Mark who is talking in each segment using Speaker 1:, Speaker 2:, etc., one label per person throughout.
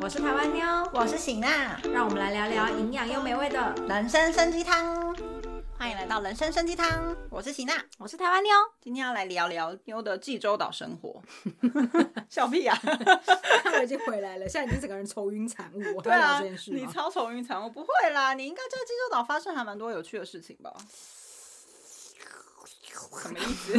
Speaker 1: 我是台湾妞，
Speaker 2: 我是醒娜，
Speaker 1: 让我们来聊聊营养又美味的。
Speaker 2: 人参参鸡汤，欢迎来到人参参鸡汤，我是醒娜，
Speaker 1: 我是台湾妞，
Speaker 2: 今天要来聊聊妞的济州岛生 活，笑屁啊！
Speaker 1: 我已经回来了，现在已经整个人愁云惨雾。我
Speaker 2: 对
Speaker 1: 还聊
Speaker 2: 啊
Speaker 1: 这件，事
Speaker 2: 你
Speaker 1: 吗
Speaker 2: 超愁云惨雾，不会啦，你应该在济州岛发生还蛮多有趣的事情吧？什么意 思？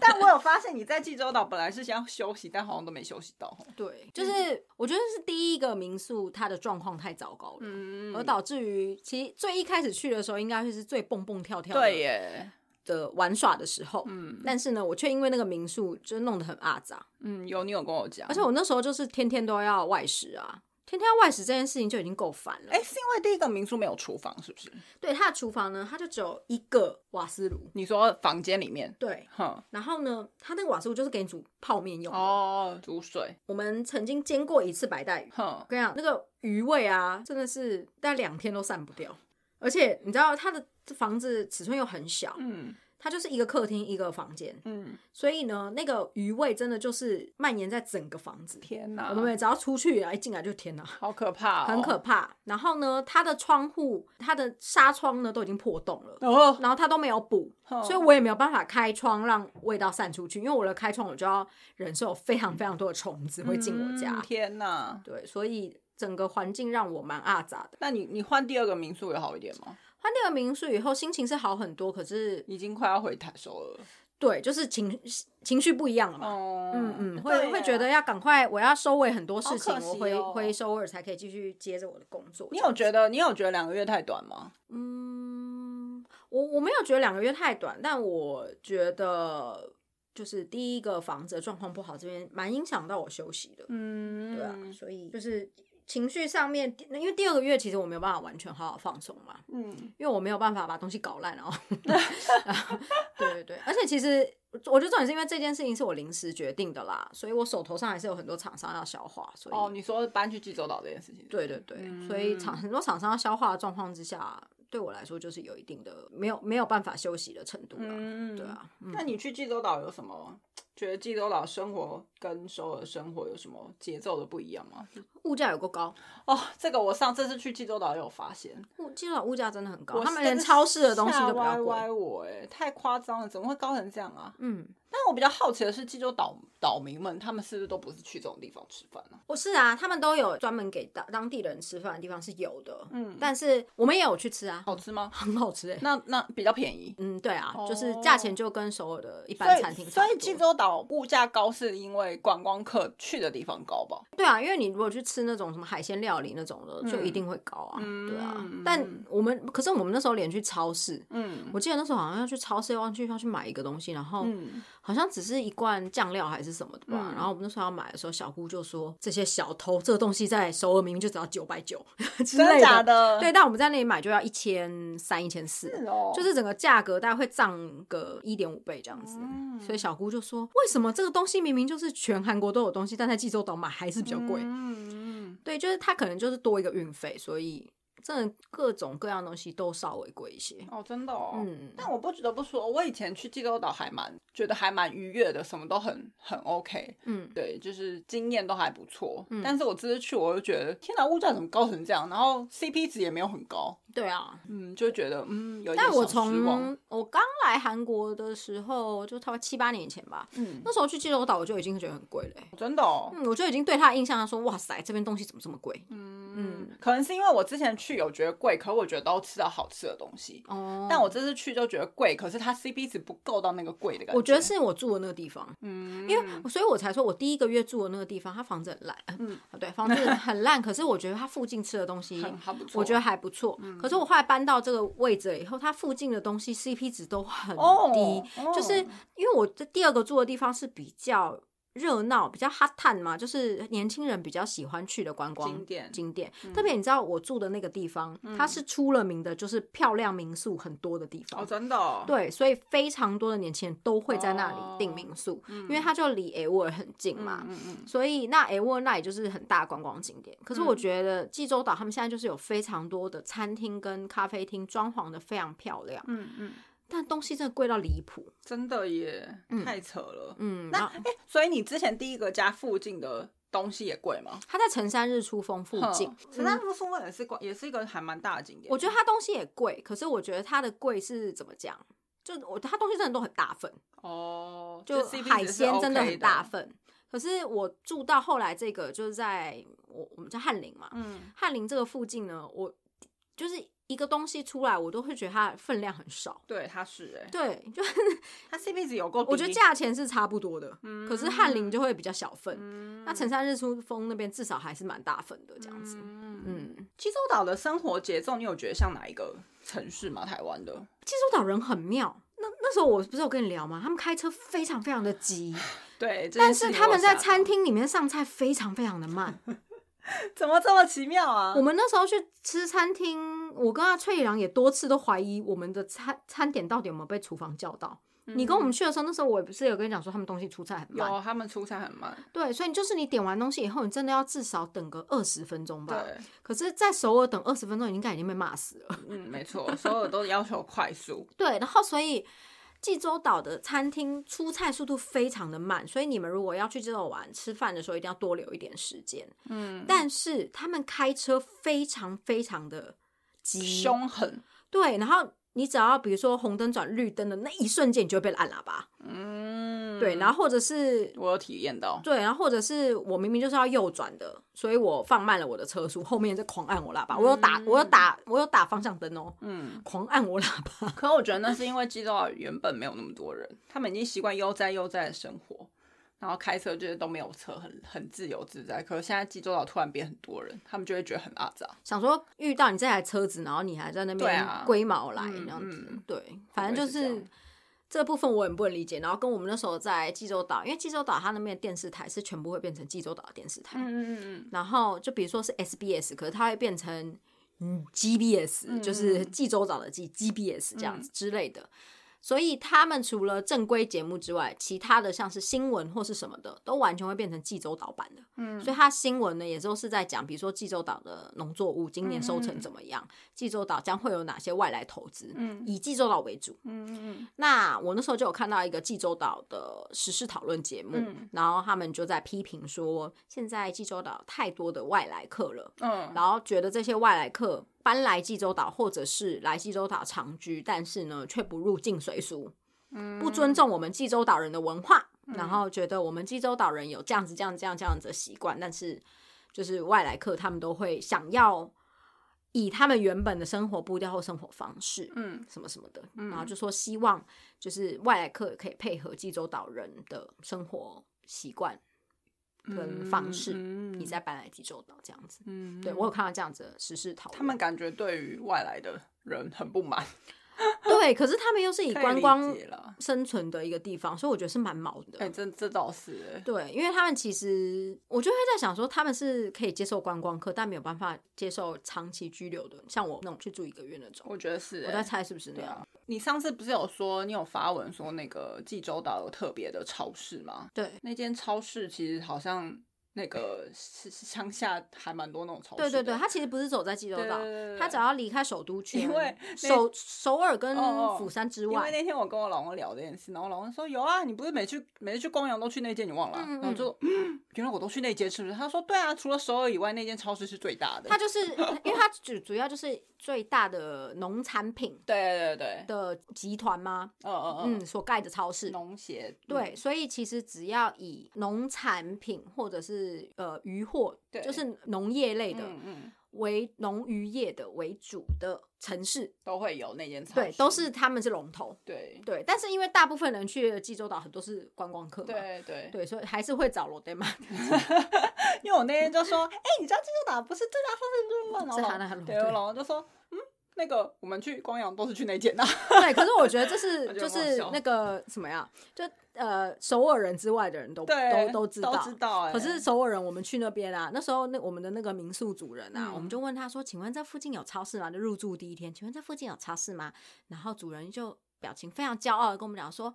Speaker 2: 但我有发现你在济州岛本来是想休息，但好像都没休息到。
Speaker 1: 对，就是我觉得是第一个民宿它的状况太糟糕了，
Speaker 2: 嗯
Speaker 1: 而导致于其实最一开始去的时候应该会是最蹦蹦跳跳的
Speaker 2: 对耶，
Speaker 1: 的玩耍的时候，
Speaker 2: 嗯
Speaker 1: 但是呢，我却因为那个民宿就弄得很阿杂，
Speaker 2: 嗯，有你有跟我讲，
Speaker 1: 而且我那时候就是天天都要外食啊。天天要外食这件事情就已经够烦了。
Speaker 2: 哎、是因为第一个民宿没有厨房，是不是？
Speaker 1: 对，它的厨房呢，它就只有一个瓦斯炉。
Speaker 2: 你说房间里面，
Speaker 1: 对，
Speaker 2: 哼，
Speaker 1: 然后呢，它那个瓦斯炉就是给你煮泡面用的。
Speaker 2: 哦，煮水，
Speaker 1: 我们曾经煎过一次白带鱼，
Speaker 2: 哼
Speaker 1: 我，跟你讲，那个鱼味啊，真的是大概两天都散不掉。而且你知道，它的房子尺寸又很小，
Speaker 2: 嗯
Speaker 1: 它就是一个客厅一个房间，
Speaker 2: 嗯，
Speaker 1: 所以呢，那个鱼味真的就是蔓延在整个房子。
Speaker 2: 天哪，
Speaker 1: 我们每只要出去啊，一进来就天哪，
Speaker 2: 好可怕、哦，
Speaker 1: 很可怕。然后呢，它的窗户、它的纱窗呢都已经破洞了，
Speaker 2: 哦，
Speaker 1: 然后它都没有补，
Speaker 2: 哼
Speaker 1: 所以我也没有办法开窗让味道散出去，因为我的开窗我就要忍受非常非常多的虫子会进我家，
Speaker 2: 嗯天哪，
Speaker 1: 对，所以整个环境让我蛮阿杂的。
Speaker 2: 那你你换第二个民宿有好一点吗？
Speaker 1: 换那个民宿以后，心情是好很多，可是
Speaker 2: 已经快要回台首尔了。
Speaker 1: 对，就是情情绪不一样了嘛。
Speaker 2: 哦
Speaker 1: 嗯嗯，会会觉得。要赶快，我要收尾很多事情，
Speaker 2: 好可惜
Speaker 1: 我回
Speaker 2: 哦
Speaker 1: 回首尔才可以继续接着我的工作。
Speaker 2: 你
Speaker 1: 这
Speaker 2: 有
Speaker 1: 样
Speaker 2: 觉得你有觉得两个月太短吗？
Speaker 1: 嗯，我我没有觉得两个月太短，但我觉得就是第一个房子的状况不好，这边蛮影响到我休息的。
Speaker 2: 嗯
Speaker 1: 对啊，所以就是情绪上面，因为第二个月其实我没有办法完全好好放松嘛，
Speaker 2: 嗯，
Speaker 1: 因为我没有办法把东西搞烂哦。 对对对，而且其实我觉得重点是因为这件事情是我临时决定的啦，所以我手头上还是有很多厂商要消化，所以、
Speaker 2: 哦，你说搬去济州岛这件事情，
Speaker 1: 对对对，
Speaker 2: 嗯
Speaker 1: 所以厂很多厂商要消化的状况之下，对我来说就是有一定的没有没有办法休息的程度啦。
Speaker 2: 嗯，
Speaker 1: 对。啊，嗯
Speaker 2: 那你去济州岛有什么？觉得济州岛生活跟首尔生活有什么节奏的不一样吗？
Speaker 1: 物价有够高，
Speaker 2: 哦，这个我上这次去济州岛也有发现，
Speaker 1: 物基本上物价真的很高，
Speaker 2: 我
Speaker 1: 他们
Speaker 2: 真
Speaker 1: 连
Speaker 2: 是
Speaker 1: 超市的东西
Speaker 2: 吓
Speaker 1: 都比较
Speaker 2: 歪歪
Speaker 1: 贵。
Speaker 2: 我哎、太夸张了，怎么会高成这样啊？
Speaker 1: 嗯，
Speaker 2: 但我比较好奇的是，济州岛岛民们他们是不是都不是去这种地方吃饭呢、
Speaker 1: 我是啊，他们都有专门给当当地人吃饭的地方是有的，
Speaker 2: 嗯
Speaker 1: 但是我们也有去吃啊，
Speaker 2: 好吃吗？
Speaker 1: 很好吃哎、
Speaker 2: 那那比较便宜。
Speaker 1: 嗯，对啊，
Speaker 2: 哦
Speaker 1: 就是价钱就跟首尔的一
Speaker 2: 所
Speaker 1: 般餐厅
Speaker 2: 以，
Speaker 1: 差
Speaker 2: 所
Speaker 1: 不多
Speaker 2: 以济州岛物价高是因为观光客去的地方高吧？
Speaker 1: 对啊，因为你如果去吃那种什么海鲜料理那种的，
Speaker 2: 嗯
Speaker 1: 就一定会高啊，
Speaker 2: 嗯
Speaker 1: 对啊
Speaker 2: 嗯。
Speaker 1: 但我们可是我们那时候连去超市，
Speaker 2: 嗯
Speaker 1: 我记得那时候好像要去超市要去要去买一个东西，然后
Speaker 2: 嗯，
Speaker 1: 好像只是一罐酱料还是什么的吧。
Speaker 2: 嗯
Speaker 1: 然后我们那时候要买的时候，小姑就说这些小偷这个东西在首尔明明就只要九百九之
Speaker 2: 真
Speaker 1: 类
Speaker 2: 的假
Speaker 1: 的，
Speaker 2: 的？
Speaker 1: 对，但我们在那里买就要一千三、一千四。
Speaker 2: 是哦，
Speaker 1: 就是整个价格大概会涨个一点五倍这样子，
Speaker 2: 嗯
Speaker 1: 所以小姑就说：“为什么这个东西明明就是全韩国都有东西，但在济州岛买还是比较贵？”
Speaker 2: 嗯嗯
Speaker 1: 对，就是它可能就是多一个运费，所以真的各种各样的东西都稍微贵一些
Speaker 2: 嗯。哦，真的哦。
Speaker 1: 嗯，
Speaker 2: 但我不得不说，我以前去济州岛还蛮觉得还蛮愉悦的，什么都很很 OK，
Speaker 1: 嗯，
Speaker 2: 对，就是经验都还不错。
Speaker 1: 嗯
Speaker 2: 但是我这次去，我就觉得天哪，物价怎么高成这样？然后 CP 值也没有很高，
Speaker 1: 对啊。
Speaker 2: 嗯，就觉得嗯有一点
Speaker 1: 但我
Speaker 2: 小失望。
Speaker 1: 从我刚来韩国的时候，就差不多七八年前吧，
Speaker 2: 嗯，
Speaker 1: 那时候去济州岛我就已经觉得很贵了欸、
Speaker 2: 真的哦，
Speaker 1: 嗯，我就已经对它的印象说，哇塞，这边东西怎么这么贵？
Speaker 2: 嗯，可能是因为我之前去有觉得贵，可我觉得都吃到好吃的东西。
Speaker 1: 哦，
Speaker 2: 嗯但我这次去就觉得贵，可是它 CP 值不够到那个贵的感觉。
Speaker 1: 我觉得，是我住的那个地方，
Speaker 2: 嗯，
Speaker 1: 因为所以我才说我第一个月住的那个地方，它房子很烂，嗯，对，房子很烂，可是我觉得它附近吃的东西
Speaker 2: 很还不错。嗯
Speaker 1: 我觉得还不错。可是我后来搬到这个位置了以后，它附近的东西 CP 值都很
Speaker 2: 哦
Speaker 1: 低，
Speaker 2: 哦
Speaker 1: 就是因为我这第二个住的地方是比较。热闹比较哈探嘛，就是年轻人比较喜欢去的观光
Speaker 2: 景点嗯
Speaker 1: 景点，特别你知道我住的那个地方，它是出了名的，就是漂亮民宿很多的地方。
Speaker 2: 哦，真的、哦，
Speaker 1: 对，所以非常多的年轻人都会在那里订民宿，因为它就离 A 沃尔很近嘛。
Speaker 2: 嗯嗯
Speaker 1: 所以那 A 沃那也就是很大的观光景点。可是我觉得济州岛他们现在就是有非常多的餐厅跟咖啡厅，装潢的非常漂亮，
Speaker 2: 嗯嗯，
Speaker 1: 但东西真的贵到离谱。
Speaker 2: 真的耶，
Speaker 1: 嗯
Speaker 2: 太扯了。
Speaker 1: 嗯，
Speaker 2: 那
Speaker 1: 然后
Speaker 2: 哎、所以你之前第一个家附近的东西也贵吗？
Speaker 1: 它在城山日出峰附
Speaker 2: 哼
Speaker 1: 近，嗯
Speaker 2: 陈大夫附近也是贵，也是一个还蛮大的景点。
Speaker 1: 我觉得它东西也贵，可是我觉得它的贵是怎么讲？就我它东西真的都很大份，
Speaker 2: 哦，
Speaker 1: 就
Speaker 2: CP 值
Speaker 1: 海
Speaker 2: 是
Speaker 1: 鲜真
Speaker 2: OK 的
Speaker 1: 很大。份。可是我住到后来这个就是在我我们在翰林嘛，
Speaker 2: 嗯，
Speaker 1: 翰林这个附近呢，我就是一个东西出来，我都会觉得它的分量很少。
Speaker 2: 对，它是哎、
Speaker 1: 对，就
Speaker 2: 它 CP 值有够低。
Speaker 1: 我觉得价钱是差不多的，
Speaker 2: 嗯
Speaker 1: 可是翰林就会比较小份。
Speaker 2: 嗯
Speaker 1: 那城山日出峰那边至少还是蛮大份的这样子。
Speaker 2: 嗯，
Speaker 1: 嗯，
Speaker 2: 济州岛的生活节奏，你有觉得像哪一个城市吗？台湾的？
Speaker 1: 济州岛人很妙。那那时候我不是有跟你聊吗？他们开车非常非常的急，
Speaker 2: 对，这件
Speaker 1: 但
Speaker 2: 事
Speaker 1: 是
Speaker 2: 情
Speaker 1: 他
Speaker 2: 我
Speaker 1: 们在
Speaker 2: 吓到
Speaker 1: 餐厅里面上菜非常非常的慢。
Speaker 2: 怎么这么奇妙啊？
Speaker 1: 我们那时候去吃餐厅，我跟阿翠良也多次都怀疑我们的餐餐点到底有没有被厨房叫到。你跟我们去的时候，那时候我也不是有跟你讲说他们东西出菜很慢，
Speaker 2: 有他们出差很慢，
Speaker 1: 对，所以就是你点完东西以后，你真的要至少等个二十分钟吧。
Speaker 2: 对，
Speaker 1: 可是，在首尔等二十分钟，应该已经被骂死了。
Speaker 2: 嗯，没错，所有都要求快速，
Speaker 1: 对，然后所以济州岛的餐厅出菜速度非常的慢，所以你们如果要去济州岛玩吃饭的时候，一定要多留一点时间。
Speaker 2: 嗯，
Speaker 1: 但是他们开车非常非常的急，
Speaker 2: 凶狠，
Speaker 1: 对，然后。你只要比如说红灯转绿灯的那一瞬间，你就会被按喇叭，
Speaker 2: 嗯，
Speaker 1: 对，然后或者是
Speaker 2: 我有体验到，
Speaker 1: 对，然后或者是我明明就是要右转的，所以我放慢了我的车速，后面在狂按我喇叭，我有打，我有打，我有打方向灯哦，
Speaker 2: 嗯，
Speaker 1: 狂按我喇叭，
Speaker 2: 可我觉得那是因为济州岛原本没有那么多人，他们已经习惯悠哉悠哉的生活。然后开车就是都没有车，很很自由自在。可是现在济州岛突然变很多人，他们就会觉得很阿杂。
Speaker 1: 想说遇到你这台车子，然后你还在那
Speaker 2: 对
Speaker 1: 边
Speaker 2: 啊
Speaker 1: 龟毛来
Speaker 2: 嗯
Speaker 1: 这哎样子，
Speaker 2: 嗯
Speaker 1: 对，反正就
Speaker 2: 会不会是
Speaker 1: 是
Speaker 2: 这
Speaker 1: 这
Speaker 2: 样
Speaker 1: 部分我很不能理解。然后跟我们那时候在济州岛，因为济州岛它那边的电视台是全部会变成济州岛的电视台，
Speaker 2: 嗯嗯
Speaker 1: 然后就比如说是 SBS，可是它会变成嗯 GBS，、就是
Speaker 2: 嗯
Speaker 1: 济州岛的 G GBS 这样子之类的。所以他们除了正规节目之外，其他的像是新闻或是什么的，都完全会变成济州岛版的。
Speaker 2: 嗯
Speaker 1: 所以它新闻呢，也都是在讲，比如说济州岛的农作物今年收成怎么样，济州岛将会有哪些外来投资，
Speaker 2: 嗯
Speaker 1: 以济州岛为主。
Speaker 2: 嗯嗯
Speaker 1: 那我那时候就有看到一个济州岛的时事讨论节目，
Speaker 2: 嗯
Speaker 1: 然后他们就在批评说，现在济州岛太多的外来客了，
Speaker 2: 嗯
Speaker 1: 然后觉得这些外来客搬来济州岛或者是来济州岛长居，但是呢却不入境随俗，
Speaker 2: 嗯，
Speaker 1: 不尊重我们济州岛人的文化，然后觉得我们济州岛人有这样子、这样、这样、这样子的习惯，但是就是外来客他们都会想要以他们原本的生活步调或生活方式，
Speaker 2: 嗯
Speaker 1: 什么什么的，然后就说希望就是外来客可以配合济州岛人的生活习惯跟方式，
Speaker 2: 嗯
Speaker 1: 你再搬来济州岛这样子。
Speaker 2: 嗯
Speaker 1: 对我有看到这样子的时事讨论，
Speaker 2: 他们感觉对于外来的人很 不满，
Speaker 1: 对，可是他们又是以
Speaker 2: 可以
Speaker 1: 观
Speaker 2: 理
Speaker 1: 光
Speaker 2: 解啦
Speaker 1: 生存的一个地方，所以我觉得是蛮毛的。
Speaker 2: 哎、这这倒是哎、
Speaker 1: 对，因为他们其实我就会在想说，他们是可以接受观光客，但没有办法接受长期居留的，像我那种去住一个月那种。
Speaker 2: 我觉得是、
Speaker 1: 我
Speaker 2: 哎
Speaker 1: 在猜是不是那
Speaker 2: 对
Speaker 1: 样
Speaker 2: 啊？你上次不是有说你有发文说那个济州岛有特别的超市吗？
Speaker 1: 对，
Speaker 2: 那间超市其实好像那个是是乡下还蛮多那种超市
Speaker 1: 对
Speaker 2: 的，
Speaker 1: 对对，他其实不是走在济州岛
Speaker 2: 对对对，对
Speaker 1: 他只要离开首都圈，
Speaker 2: 因为那
Speaker 1: 首首尔跟
Speaker 2: 哦哦
Speaker 1: 釜山之
Speaker 2: 因为
Speaker 1: 外，
Speaker 2: 那天我跟我老公聊这件事，然后我老公说有啊，你不是每次每次去公园都去那间，你忘了啊、
Speaker 1: 嗯嗯
Speaker 2: 然后我就、嗯、原来我都去那间，是不是？他说对啊，除了首尔以外，那间超市是最大的。
Speaker 1: 它就是因为它主主要就是最大的农产品
Speaker 2: 对对对，
Speaker 1: 的集团吗？
Speaker 2: 嗯嗯
Speaker 1: 嗯，所盖的超市
Speaker 2: 嗯，。农协
Speaker 1: 对，所以其实只要以农产品或者是呃渔获，
Speaker 2: 对
Speaker 1: 就是农业类的
Speaker 2: 嗯嗯，
Speaker 1: 为农渔业的为主的城市，
Speaker 2: 都会有那间超市，
Speaker 1: 对，都是他们是龙头。
Speaker 2: 对
Speaker 1: 对，但是因为大部分人去济州岛很多是观光客嘛，
Speaker 2: 对对，
Speaker 1: 对，所以还是会找罗德曼。
Speaker 2: 因为我那天就说，哎、你知道济州岛不是最大超市
Speaker 1: 最
Speaker 2: 最
Speaker 1: 大
Speaker 2: 大
Speaker 1: 的
Speaker 2: 超市
Speaker 1: 很
Speaker 2: 对，
Speaker 1: 对
Speaker 2: 我老公就说，嗯，那个我们去光阳都是去那间啊 的、
Speaker 1: 对，可是我觉得这 是
Speaker 2: 我觉
Speaker 1: 就
Speaker 2: 得很好
Speaker 1: 是
Speaker 2: 笑
Speaker 1: 那个什么呀，就呃首尔人之外的人都
Speaker 2: 对，
Speaker 1: 都都知
Speaker 2: 都
Speaker 1: 道。
Speaker 2: 知道、哎，
Speaker 1: 可是首尔人，我们去那边啊，那时候那我们的那个民宿主人啊，
Speaker 2: 嗯
Speaker 1: 我们就问他说：“请问这附近有超市吗？”就入住第一天，请问这附近有超市吗？然后主人就表情非常骄傲的跟我们讲说：“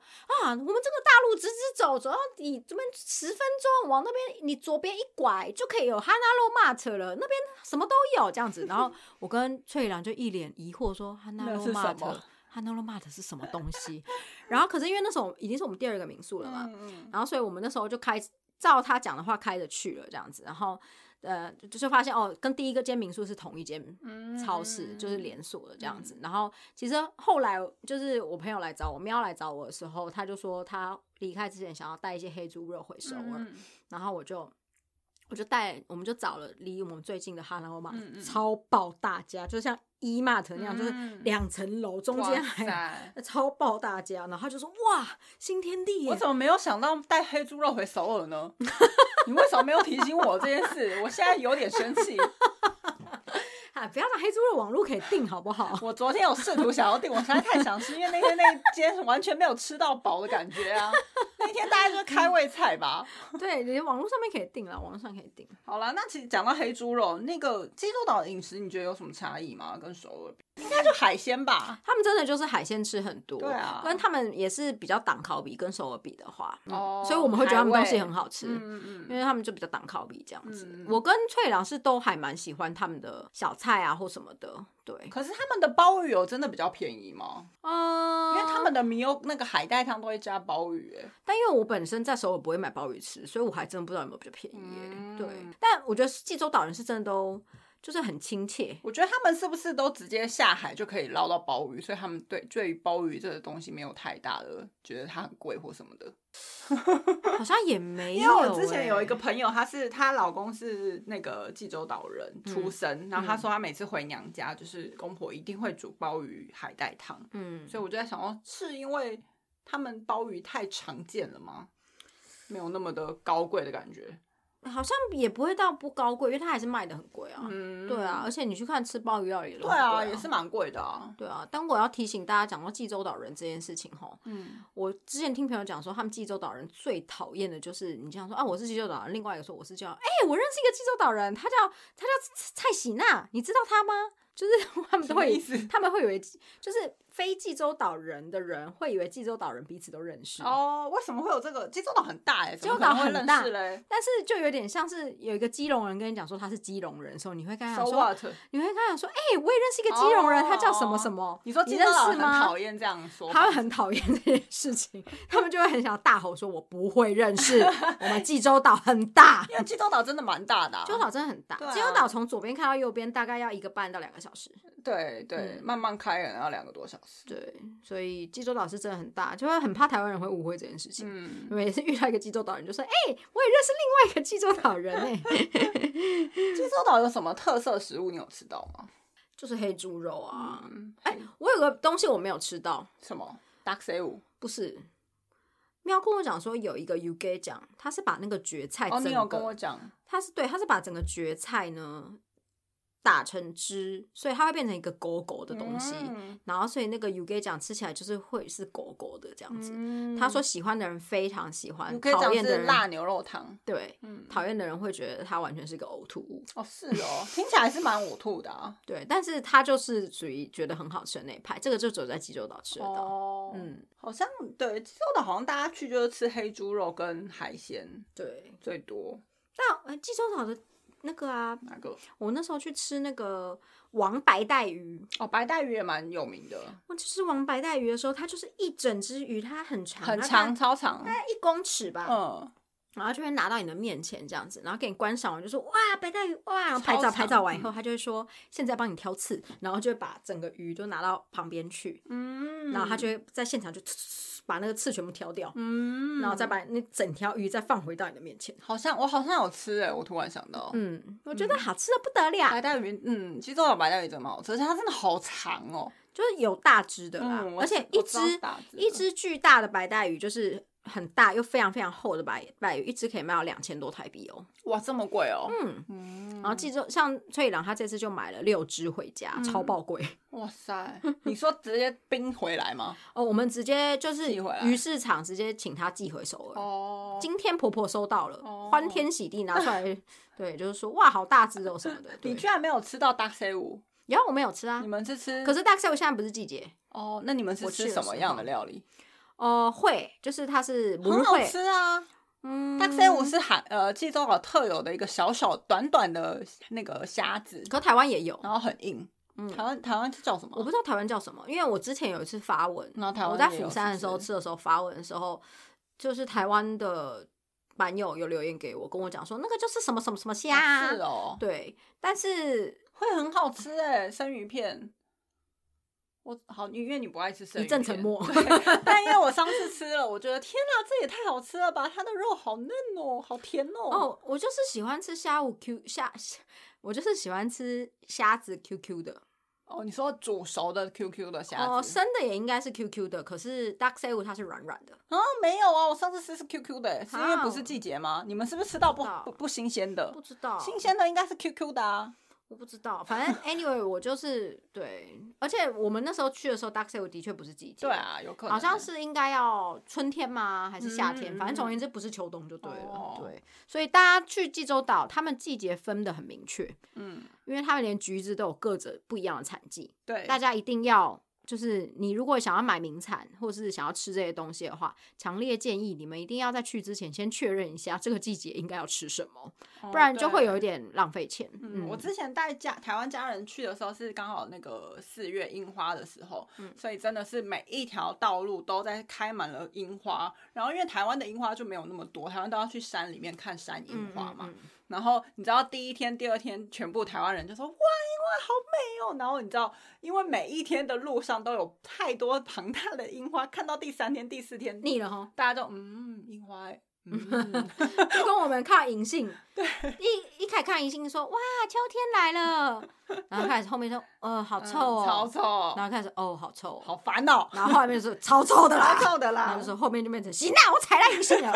Speaker 1: 啊，我们这个大路直直走，走到你这边十分钟，往那边你左边一拐就可以有哈娜肉 mart 了，那边什么都有这样子。”然后我跟翠良就一脸疑惑说：“哈娜
Speaker 2: 那
Speaker 1: 肉
Speaker 2: 是什
Speaker 1: mart
Speaker 2: 么
Speaker 1: 汉诺罗 mart 是什么东西？然后可是因为那时候已经是我们第二个民宿了嘛，
Speaker 2: 嗯嗯
Speaker 1: 然后所以我们那时候就开照他讲的话开着去了这样子，然后呃就就发现哦，跟第一个间民宿是同一间
Speaker 2: 嗯
Speaker 1: 超市，就是连锁的这样子。然后其实后来就是我朋友来找我，喵来找我的时候，他就说他离开之前想要带一些黑猪肉回首尔，
Speaker 2: 嗯
Speaker 1: 然后我就。我就带，我们就找了离我们最近的哈兰欧玛
Speaker 2: 嗯嗯
Speaker 1: 超爆大家，就像伊玛特那样，就是
Speaker 2: 嗯
Speaker 1: 两层楼，中
Speaker 2: 哇
Speaker 1: 间还
Speaker 2: 塞！
Speaker 1: 超爆大家，然后他就说哇，新天地耶！
Speaker 2: 我怎么没有想到带黑猪肉回首尔呢？你为什么没有提醒我这件事？我现在有点生气。
Speaker 1: 啊，不要拿黑猪肉，网络可以订好不 好？
Speaker 2: 我昨天有试图想要订，我实在太想吃，因为那天那间完全没有吃到饱的感觉 啊。那天大概就是开胃菜吧。
Speaker 1: 对，你网络上面可以订啦，网络上可以订。
Speaker 2: 好啦，那其实讲到黑猪肉，那个济州岛的饮食，你觉得有什么差异吗？跟首尔比？应该就海鲜吧。
Speaker 1: 他们真的就是海鲜吃很多，
Speaker 2: 对啊
Speaker 1: 跟他们也是比较挡烤比，跟首尔比的话，嗯
Speaker 2: 哦
Speaker 1: 所以我们会觉得他们
Speaker 2: 海
Speaker 1: 东
Speaker 2: 味
Speaker 1: 西很好吃。
Speaker 2: 嗯
Speaker 1: 因为他们就比较挡烤比这样子，
Speaker 2: 嗯嗯
Speaker 1: 我跟翠老师都还蛮喜欢他们的小菜啊或什么的，对，
Speaker 2: 可是他们的鲍鱼有真的比较便宜吗？
Speaker 1: 嗯，
Speaker 2: 因为他，们的米有那个海带汤都会加鲍鱼、欸，
Speaker 1: 但因为我本身在首尔不会买鲍鱼吃，所以我还真不知道有没有比较便宜耶、
Speaker 2: 嗯
Speaker 1: 对，但我觉得济州岛人是真的都就是很亲切，
Speaker 2: 我觉得他们是不是都直接下海就可以捞到鲍鱼，所以他们对对于鲍鱼这个东西没有太大的觉得它很贵或什么的。
Speaker 1: 好像也没有、
Speaker 2: 因为我之前有一个
Speaker 1: 哎
Speaker 2: 朋友，她是她老公是那个济州岛人
Speaker 1: 嗯
Speaker 2: 出生，然后她说她每次回娘家，就是公婆一定会煮鲍鱼海带汤，
Speaker 1: 嗯，
Speaker 2: 所以我就在想哦，是因为他们鲍鱼太常见了吗？没有那么的高贵的感觉。
Speaker 1: 好像也不会到不高贵，因为它还是卖的很贵啊。
Speaker 2: 嗯
Speaker 1: 对啊，，而且你去看吃鲍鱼料理也都
Speaker 2: 对
Speaker 1: 很贵
Speaker 2: 啊，也是。蛮贵的啊。
Speaker 1: 对啊，但我要提醒大家，讲到济州岛人这件事情吼，
Speaker 2: 嗯，
Speaker 1: 我之前听朋友讲说，他们济州岛人最讨厌的就是你这样说啊，我是济州岛人，另外一个说我是叫，哎、我认识一个济州岛人，他叫他叫蔡喜娜，你知道他吗？就是 他们
Speaker 2: 什
Speaker 1: 都
Speaker 2: 么
Speaker 1: 会
Speaker 2: 意思？
Speaker 1: 他们会以为就是非济州岛人的人会以为济州岛人彼此都认识，
Speaker 2: 哦，为什么会有这个？济州岛很大哎、欸，
Speaker 1: 济州岛很
Speaker 2: 怎么可能
Speaker 1: 大
Speaker 2: 会认识嘞。
Speaker 1: 但是就有点像是有一个基隆人跟你讲说他是基隆人的时候，你会跟他
Speaker 2: So
Speaker 1: 说
Speaker 2: what？
Speaker 1: 你会跟他讲说，哎、我也认识一个基隆人，
Speaker 2: 哦
Speaker 1: 他叫什么什么，
Speaker 2: 你说济
Speaker 1: 你
Speaker 2: 州
Speaker 1: 认
Speaker 2: 岛
Speaker 1: 识
Speaker 2: 人很
Speaker 1: 吗？
Speaker 2: 讨厌这样说吧，
Speaker 1: 他们很讨厌这件事情，他们就会很想大吼说：“我不会认识，我们济州岛很大，
Speaker 2: 因为济州岛真的蛮大的、啊，
Speaker 1: 济州岛真的很大，
Speaker 2: 对啊
Speaker 1: 济州岛从左边看到右边大概要一个半到两个小时。
Speaker 2: 对对，
Speaker 1: 嗯
Speaker 2: 慢慢开人要两个多小时。
Speaker 1: 对，所以济州岛是真的很大，就会很怕台湾人会误会这件事情。
Speaker 2: 嗯，
Speaker 1: 每次遇到一个济州岛人，就说：“哎、我也认识另外一个济州岛人 哎、
Speaker 2: 济州岛有什么特色食物？你有吃到吗？
Speaker 1: 就是黑猪肉啊。
Speaker 2: 嗯，
Speaker 1: 我有个东西我没有吃到，
Speaker 2: 什么
Speaker 1: 嗯
Speaker 2: duck s a 哦，
Speaker 1: 不是。喵跟我讲说有一个 u g a 酱，他是把那个蕨菜整
Speaker 2: 哦你有跟
Speaker 1: 个
Speaker 2: 我讲，
Speaker 1: 它是对，它是把整个蕨菜呢打成汁，所以它会变成一个狗狗的东西。
Speaker 2: 嗯
Speaker 1: 然后，所以那个 UK 酱吃起来就是会是狗狗的这样子。
Speaker 2: 嗯
Speaker 1: 他说喜欢的人非常喜欢，
Speaker 2: 你可以
Speaker 1: 讨
Speaker 2: 讲
Speaker 1: 厌的
Speaker 2: 是
Speaker 1: 人
Speaker 2: 辣牛肉汤。
Speaker 1: 对。
Speaker 2: 嗯，
Speaker 1: 讨厌的人会觉得它完全是一个呕吐物，
Speaker 2: 哦是哦，听起来是蛮呕吐的啊。
Speaker 1: 对，但是它就是属于觉得很好吃的那一派，这个就只有在济州岛吃得到。
Speaker 2: 哦，
Speaker 1: 嗯，
Speaker 2: 好像对济州岛好像大家去就是吃黑猪肉跟海鲜
Speaker 1: 对。
Speaker 2: 最多，
Speaker 1: 那呃济州岛的那个啊，
Speaker 2: 哪个？
Speaker 1: 我那时候去吃那个王白带鱼，
Speaker 2: 哦，白带鱼也蛮有名的，
Speaker 1: 我去吃王白带鱼的时候，它就是一整只鱼，它很长，
Speaker 2: 很
Speaker 1: 它
Speaker 2: 长，
Speaker 1: 大
Speaker 2: 超长。
Speaker 1: 概一公尺吧，
Speaker 2: 嗯，
Speaker 1: 然后就会拿到你的面前这样子，然后给你观赏完就说哇白带鱼哇，然后
Speaker 2: 超
Speaker 1: 拍照
Speaker 2: 长嗯
Speaker 1: 拍照完以后，他就会说现在帮你挑刺，然后就会把整个鱼都拿到旁边去，
Speaker 2: 嗯
Speaker 1: 然后他就会在现场就呲把那个刺全部挑掉，
Speaker 2: 嗯，哦
Speaker 1: 然后再把那整条鱼再放回到你的面前。
Speaker 2: 好像我好像有吃哎、我突然想到，
Speaker 1: 嗯，我觉得好吃的不得了，
Speaker 2: 白带鱼，嗯，其实我白带鱼真的蛮好吃，而且它真的好长哦，
Speaker 1: 就是有大只的啦，
Speaker 2: 嗯，我
Speaker 1: 而且一
Speaker 2: 我知道
Speaker 1: 只
Speaker 2: 是大只的
Speaker 1: 一只巨大的白带鱼就是。很大又非常非常厚的白白鱼，一只可以卖到两千多台币哦。
Speaker 2: 哇这么贵哦，
Speaker 1: 嗯，
Speaker 2: 嗯
Speaker 1: 然后记住，像翠郎他这次就买了六只回家，
Speaker 2: 嗯
Speaker 1: 超爆贵
Speaker 2: 哇 塞，你说直接冰回来吗？
Speaker 1: 哦。我们直接就是
Speaker 2: 寄回来
Speaker 1: 鱼市场直接请他寄回首尔。
Speaker 2: 哦，
Speaker 1: 今天婆婆收到了，
Speaker 2: 哦
Speaker 1: 欢天喜地拿出 来，对，就是说哇，好大只哦什么的。对
Speaker 2: 你居然没有吃到大 C 五，
Speaker 1: 然后我们有吃啊
Speaker 2: 你，们是吃？
Speaker 1: 可是大 sale 现在不是季节
Speaker 2: 哦，那你们是
Speaker 1: 我去
Speaker 2: 吃
Speaker 1: 的
Speaker 2: 什么
Speaker 1: 时
Speaker 2: 样
Speaker 1: 候
Speaker 2: 的料理？
Speaker 1: 哦，会就是它是不
Speaker 2: 很好
Speaker 1: 会，
Speaker 2: 吃啊！
Speaker 1: 嗯，
Speaker 2: 大 C 五是韩呃济州岛特有的一个小小短短的那个虾子，
Speaker 1: 可台湾也有，
Speaker 2: 然后很硬，
Speaker 1: 嗯
Speaker 2: 台湾台湾是叫什
Speaker 1: 我
Speaker 2: 么？
Speaker 1: 不知道台湾叫什么，因为我之前有一次发文，
Speaker 2: 然后台湾
Speaker 1: 我在
Speaker 2: 也有
Speaker 1: 釜山的时候
Speaker 2: 是
Speaker 1: 吃的时候发文的时候，就是台湾的版友有留言给我，跟我讲说那个就是什么什么什么
Speaker 2: 不
Speaker 1: 虾、
Speaker 2: 是
Speaker 1: 啊，
Speaker 2: 是哦，
Speaker 1: 对，但是
Speaker 2: 会很好吃哎，生鱼片。我好，因为你不爱吃生鱼
Speaker 1: 一
Speaker 2: 片，
Speaker 1: 阵沉默
Speaker 2: 对但因为我上次吃了，我觉得天哪、这也太好吃了吧！它的肉好嫩哦，好甜哦。哦，
Speaker 1: 哦，我就是喜欢吃虾五 Q 虾，虾我就是喜欢吃虾子 QQ 的，
Speaker 2: 哦你说煮熟的 QQ 的虾子？
Speaker 1: 哦，生的也应该是 QQ 的，可是 Duck Save 它是软软的，
Speaker 2: 啊，没有啊，我上次吃是 QQ 的，是因为不
Speaker 1: 好
Speaker 2: 是季节吗？你们是不是吃到不
Speaker 1: 啊不知道
Speaker 2: 不不新鲜的
Speaker 1: 不？知道
Speaker 2: 新鲜的应该是 QQ 的啊。
Speaker 1: 我不知道，反正 anyway 我就是对，而且我们那时候去的时候，Duck Sale 的确不是季节，
Speaker 2: 对，啊，有可能
Speaker 1: 好像是应该要春天吗？还是夏天？
Speaker 2: 嗯
Speaker 1: 反正总而言之不是秋冬就对了。
Speaker 2: 哦
Speaker 1: 对，所以大家去济州岛，他们季节分的很明确，
Speaker 2: 嗯，
Speaker 1: 因为他们连橘子都有各着不一样的产季，
Speaker 2: 对，
Speaker 1: 大家一定要。就是你如果想要买名产，或是想要吃这些东西的话，强烈建议你们一定要在去之前先确认一下这个季节应该要吃什么，
Speaker 2: 哦
Speaker 1: 不然就会
Speaker 2: 对
Speaker 1: 有一点浪费钱。
Speaker 2: 嗯，我之前带家台湾家人去的时候，是刚好那个四月樱花的时候，
Speaker 1: 嗯
Speaker 2: 所以真的是每一条道路都在开满了樱花。然后因为台湾的樱花就没有那么多，台湾都要去山里面看山樱花嘛。
Speaker 1: 嗯嗯嗯
Speaker 2: 然后你知道第一天、第二天，全部台湾人就说哇，樱花好美哦。然后你知道，因为每一天的路上都有太多庞大的樱花，看到第三天、第四天，
Speaker 1: 腻了哈，
Speaker 2: 大家就嗯，樱花、欸，嗯，
Speaker 1: 就跟我们看银杏，对，一一开始看银杏说哇秋天来了，然后开始后面说呃好 臭哦，
Speaker 2: 嗯超臭，
Speaker 1: 然后开始哦好臭、哦，
Speaker 2: 好烦哦，
Speaker 1: 然后后面说超臭的啦
Speaker 2: 超，臭的
Speaker 1: 然
Speaker 2: 啦
Speaker 1: 后就。说后面就变成行啦，我踩烂银杏了，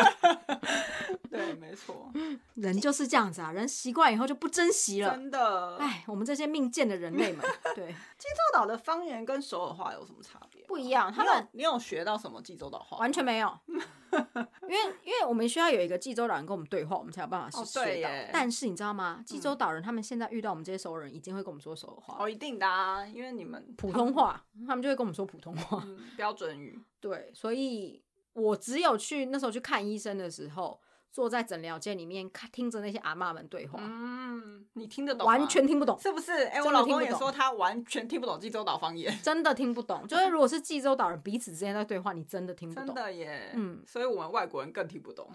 Speaker 2: 对，没错，
Speaker 1: 嗯人就是这样子啊，人习惯以后就不珍惜了。
Speaker 2: 真的。济
Speaker 1: 哎，我们这些命贱的人类们， 对，
Speaker 2: 州岛的方言跟首尔话有什么差别？
Speaker 1: 不一样他们
Speaker 2: 你有你有学到什么济州岛话？
Speaker 1: 完全没 有，因为因为我们需要有一个济州岛人跟我们对话，我们才有办法
Speaker 2: 哦
Speaker 1: 是
Speaker 2: 对
Speaker 1: 学到。
Speaker 2: 耶嗯
Speaker 1: 但是你知道吗？济州岛人他们现在遇到我们这些熟人，已经会跟我们说首尔话了，
Speaker 2: 哦，一定的啊，因为你们
Speaker 1: 普通话，他们就会跟我们说普通话。
Speaker 2: 嗯标准语，
Speaker 1: 对，所以我只有去那时候去看医生的时候，坐在诊疗间里面看，听着那些阿嬷们对话，
Speaker 2: 嗯，你听得懂吗
Speaker 1: 哦完全听不懂，啊
Speaker 2: 是不是？哎、
Speaker 1: 真的
Speaker 2: 我老
Speaker 1: 听
Speaker 2: 公
Speaker 1: 不
Speaker 2: 也
Speaker 1: 懂
Speaker 2: 说他完全听不懂济州岛方言，
Speaker 1: 真的听不 懂。就是如果是济州岛人彼此之间在对话，你真的听不
Speaker 2: 真
Speaker 1: 懂，
Speaker 2: 的耶。
Speaker 1: 嗯，
Speaker 2: 所以我们外国人更听不懂。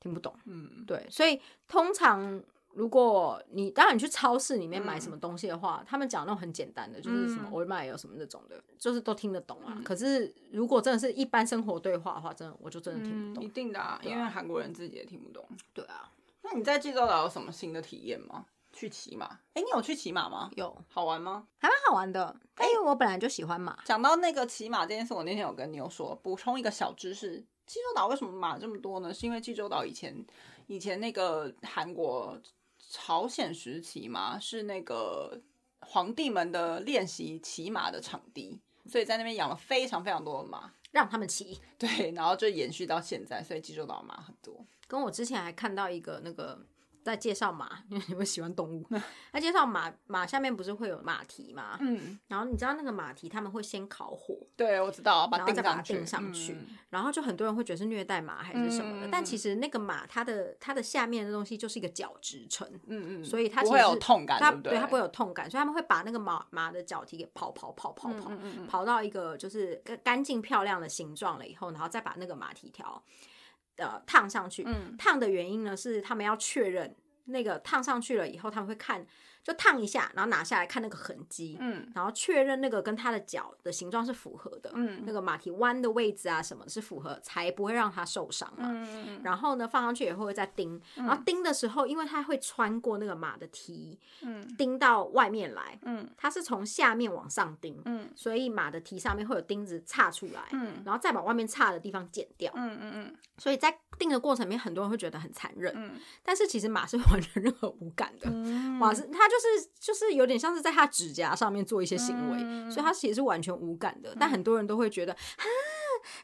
Speaker 1: 听不懂。
Speaker 2: 嗯，
Speaker 1: 对，所以通常。如果你当然你去超市里面买
Speaker 2: 嗯
Speaker 1: 什么东西的话，他们讲那种很简单的，就是什么
Speaker 2: 嗯
Speaker 1: 外卖有什么那种的，就是都听得懂啊。可是如果真的是一般生活对话的话，真的我就真的听
Speaker 2: 嗯，
Speaker 1: 不
Speaker 2: 一
Speaker 1: 懂。
Speaker 2: 定的、啊，
Speaker 1: 对啊
Speaker 2: 因为韩国人自己也听不懂。
Speaker 1: 对啊，
Speaker 2: 那你在济州岛有什么新的体验吗？去骑马？哎、你有去骑马吗？
Speaker 1: 有
Speaker 2: 好玩吗？
Speaker 1: 还蛮好玩的，但因为我本来就喜欢马，
Speaker 2: 讲到那个骑马这件事，我那天有跟牛说，补充一个小知识：济州岛为什么马这么多呢？是因为济州岛以前以前那个韩国朝鲜时期嘛，是那个皇帝们的练习骑马的场地，所以在那边养了非常非常多的马。
Speaker 1: 让他们骑。
Speaker 2: 对，然后就延续到现在，所以济州岛马很多。
Speaker 1: 跟我之前还看到一个那个在介绍马， 因为你们喜欢动物，他介绍马马下面不是会有马蹄吗？
Speaker 2: 嗯，
Speaker 1: 然后你知道那个马蹄他们会先烤火，
Speaker 2: 对，我知道，把
Speaker 1: 然后
Speaker 2: 它钉
Speaker 1: 再把
Speaker 2: 上
Speaker 1: 它
Speaker 2: 去，
Speaker 1: 钉上去
Speaker 2: 嗯
Speaker 1: 然后就很多人会觉得是虐待马还是什么的，
Speaker 2: 嗯
Speaker 1: 但其实那个马它的它的下面的东西就是一个角质层，
Speaker 2: 嗯嗯，
Speaker 1: 所以它
Speaker 2: 不
Speaker 1: 其
Speaker 2: 会
Speaker 1: 实
Speaker 2: 有
Speaker 1: 是
Speaker 2: 痛感，
Speaker 1: 它
Speaker 2: 对不
Speaker 1: 它不会有痛感，所以他们会把那个马马的脚蹄给刨刨刨刨刨，
Speaker 2: 嗯嗯嗯
Speaker 1: 刨到一个就是干干净漂亮的形状了以后，然后再把那个马蹄条呃烫上去。
Speaker 2: 嗯
Speaker 1: 烫的原因呢是他们要确认那个烫上去了以后，他们会看就烫一下，然后拿下来看那个痕迹，
Speaker 2: 嗯
Speaker 1: 然后确认那个跟它的脚的形状是符合的，
Speaker 2: 嗯
Speaker 1: 那个马蹄弯的位置啊什么是符合，才不会让它受伤嘛。
Speaker 2: 嗯
Speaker 1: 然后呢，放上去以后会再钉，然后钉的时候，因为它会穿过那个马的蹄，
Speaker 2: 嗯
Speaker 1: 钉到外面来，
Speaker 2: 嗯
Speaker 1: 它是从下面往上钉，
Speaker 2: 嗯
Speaker 1: 所以马的蹄上面会有钉子插出来，
Speaker 2: 嗯
Speaker 1: 然后再把外面插的地方剪掉。
Speaker 2: 嗯嗯嗯。
Speaker 1: 所以在钉的过程里面，很多人会觉得很残忍，
Speaker 2: 嗯
Speaker 1: 但是其实马是完全任何无感的。
Speaker 2: 嗯
Speaker 1: 马是它就是就是有点像是在它指甲上面做一些行为，
Speaker 2: 嗯
Speaker 1: 所以它其实是完全无感的。但很多人都会觉得啊，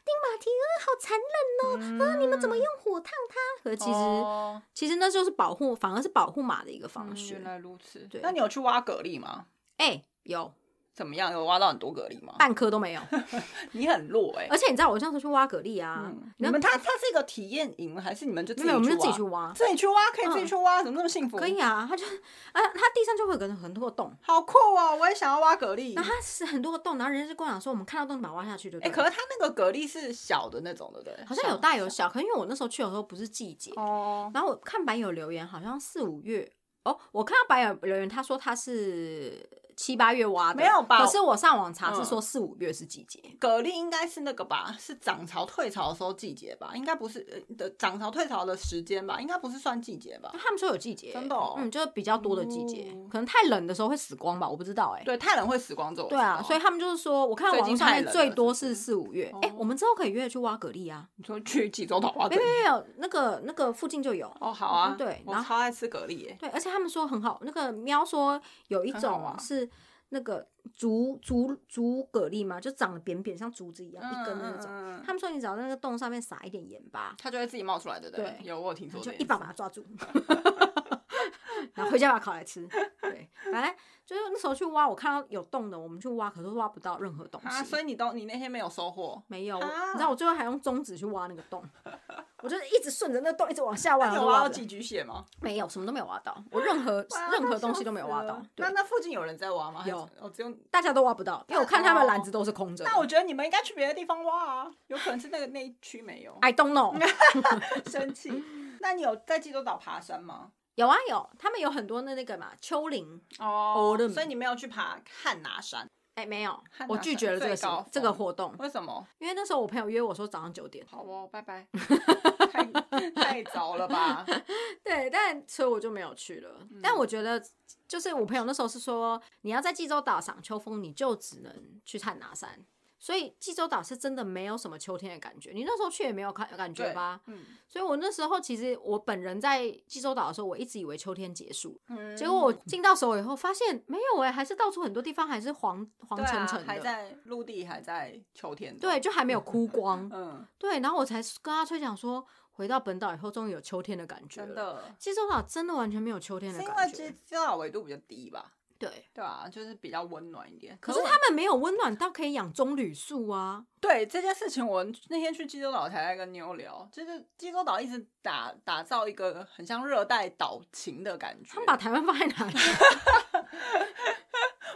Speaker 1: 钉马蹄啊，好残忍哦！啊，你们怎么用火烫它？可是其实、
Speaker 2: 哦
Speaker 1: 其实那就是保护，反而是保护马的一个方
Speaker 2: 嗯
Speaker 1: 式。
Speaker 2: 原来如此
Speaker 1: 对。
Speaker 2: 那你有去挖蛤蜊吗？
Speaker 1: 哎、有
Speaker 2: 怎么样？有挖到很多蛤蜊吗？
Speaker 1: 半颗都没 有。
Speaker 2: 你很弱哎、
Speaker 1: 哎而且你知道我上次去挖蛤蜊啊，
Speaker 2: 嗯
Speaker 1: 你知
Speaker 2: 你
Speaker 1: 道
Speaker 2: 们它它是一个体验营，还是你们就自
Speaker 1: 没
Speaker 2: 己
Speaker 1: 有，我们就
Speaker 2: 去
Speaker 1: 自己
Speaker 2: 挖哦
Speaker 1: 去？挖，
Speaker 2: 自己去挖，可以自己去挖，怎么那么幸福？
Speaker 1: 可以啊，它就啊，它地上就会有个很多个洞，
Speaker 2: 好酷哦！我也想要挖蛤蜊
Speaker 1: 然。后它是很多个洞，然后人家就跟我讲说，我们看到洞就把它挖下去就
Speaker 2: 哎、
Speaker 1: 对了。
Speaker 2: 可是它那个蛤蜊是小的那种的，对不对？
Speaker 1: 好像有
Speaker 2: 大
Speaker 1: 大有小，可能因为我那时候去的时候不是季节，
Speaker 2: 哦，
Speaker 1: 然后我看白友留言好像四五月哦，我看到白友留言他说他是七八月挖的，
Speaker 2: 没有吧
Speaker 1: 可是我上网查是
Speaker 2: 嗯
Speaker 1: 说四五月是季节，
Speaker 2: 蛤蜊应该是那个吧，是涨潮退潮的时候季节吧？应该不是呃的涨潮退潮的时间吧？应该不是算季节吧？
Speaker 1: 他们说有季节，
Speaker 2: 真的哦
Speaker 1: 嗯，就是比较多的季节，
Speaker 2: 嗯
Speaker 1: 可能太冷的时候会死光吧，我不知道哎、
Speaker 2: 对，太冷会死光这种。
Speaker 1: 对啊，所以他们就是说，我看
Speaker 2: 最
Speaker 1: 网
Speaker 2: 近
Speaker 1: 络上
Speaker 2: 太
Speaker 1: 面
Speaker 2: 冷
Speaker 1: 最
Speaker 2: 了
Speaker 1: 多
Speaker 2: 是不
Speaker 1: 是
Speaker 2: 是
Speaker 1: 四五月。哎、
Speaker 2: 哦
Speaker 1: 我们之后可以约去挖蛤蜊啊！
Speaker 2: 你说去济州岛挖
Speaker 1: 没
Speaker 2: 蛤
Speaker 1: 有没
Speaker 2: 蜊？
Speaker 1: 有没有，那个那个附近就有。
Speaker 2: 哦，好啊，
Speaker 1: 嗯对
Speaker 2: 我
Speaker 1: 然后
Speaker 2: 超爱吃蛤蜊耶。
Speaker 1: 对，而且他们说很好。那个喵说有一
Speaker 2: 很好
Speaker 1: 种
Speaker 2: 啊
Speaker 1: 是那个竹竹竹蛤蜊嘛，就长得扁扁，像竹子一样、一根的那种。
Speaker 2: 种
Speaker 1: 他们说你只要在那个洞上面撒一点盐巴，
Speaker 2: 它就会自己冒出来，对不对？
Speaker 1: 对
Speaker 2: 有我有听
Speaker 1: 你
Speaker 2: 说
Speaker 1: 就
Speaker 2: 这
Speaker 1: 一
Speaker 2: 件
Speaker 1: 把
Speaker 2: 事
Speaker 1: 把它抓住， 然后回家把它烤来吃。对，反正就是那时候去挖，我看到有洞的，我们去挖，可是挖不到任何东西。
Speaker 2: 啊，所以你都你那天没有收获，
Speaker 1: 没有，我
Speaker 2: 啊
Speaker 1: 你知道我最后还用中指去挖那个洞，我就是一直顺着那个洞一直往 下挖，
Speaker 2: 那你
Speaker 1: 然
Speaker 2: 有
Speaker 1: 后
Speaker 2: 挖
Speaker 1: 挖
Speaker 2: 到
Speaker 1: 不了
Speaker 2: 寄居蟹吗？
Speaker 1: 没有，什么都没有挖到，我任何
Speaker 2: 哇
Speaker 1: 任何
Speaker 2: 那
Speaker 1: 东
Speaker 2: 笑
Speaker 1: 西都没有
Speaker 2: 死
Speaker 1: 挖
Speaker 2: 了
Speaker 1: 到，对
Speaker 2: 那，那附近有人在挖吗？还是
Speaker 1: 有，
Speaker 2: 哦，只有你。
Speaker 1: 大家都挖不到，因为我看他们篮子都是空着的。
Speaker 2: 哦那我觉得你们应该去别的地方挖啊，有可能是那个那一区没有。
Speaker 1: I don't know， 哎
Speaker 2: 生气。那你有在济州岛爬山吗？
Speaker 1: 有啊有，他们有很多的那个嘛丘陵，
Speaker 2: 哦
Speaker 1: 的
Speaker 2: 所以你没有去爬汉拿山，
Speaker 1: 哎没有
Speaker 2: 汉，
Speaker 1: 我
Speaker 2: 拿
Speaker 1: 拒
Speaker 2: 山
Speaker 1: 绝了这个
Speaker 2: 最高
Speaker 1: 行
Speaker 2: 峰
Speaker 1: 这个活动，
Speaker 2: 为什么？
Speaker 1: 因为那时候我朋友约我说早上九点，
Speaker 2: 好哦，拜拜。 太太早了 吧？
Speaker 1: 对，但所以我就没有去了。
Speaker 2: 嗯
Speaker 1: 但我觉得就是我朋友那时候是说，你要在济州岛赏秋风，你就只能去探拿山。所以济州岛是真的没有什么秋天的感觉，你那时候去也没有感感觉吧？
Speaker 2: 嗯
Speaker 1: 所以我那时候其实我本人在济州岛的时候，我一直以为秋天结束，
Speaker 2: 嗯
Speaker 1: 结果我进到首尔以后发现没有哎、还是到处很多地方还是黄黄
Speaker 2: 对
Speaker 1: 澄
Speaker 2: 啊，
Speaker 1: 澄
Speaker 2: 还
Speaker 1: 的，
Speaker 2: 在陆地，还在秋天。，
Speaker 1: 对，，就还没有枯光
Speaker 2: 嗯，
Speaker 1: 对。然后我才跟阿崔讲说，回到本岛以后，终于有秋天的感觉
Speaker 2: 真
Speaker 1: 了。
Speaker 2: 的。
Speaker 1: 济州岛真的完全没有秋天
Speaker 2: 是
Speaker 1: 的
Speaker 2: 因
Speaker 1: 感
Speaker 2: 为
Speaker 1: 觉
Speaker 2: 济，州岛纬度比较低吧？
Speaker 1: 对，
Speaker 2: 对啊，就是比较温暖一点。
Speaker 1: 可是
Speaker 2: 我
Speaker 1: 他们没有温暖到可以养棕榈树啊。
Speaker 2: 对这件事情，我那天去济州岛才在跟妞聊，就是济州岛一直打打造一个很像热带岛情的感觉。
Speaker 1: 他们把台湾放在 哪里？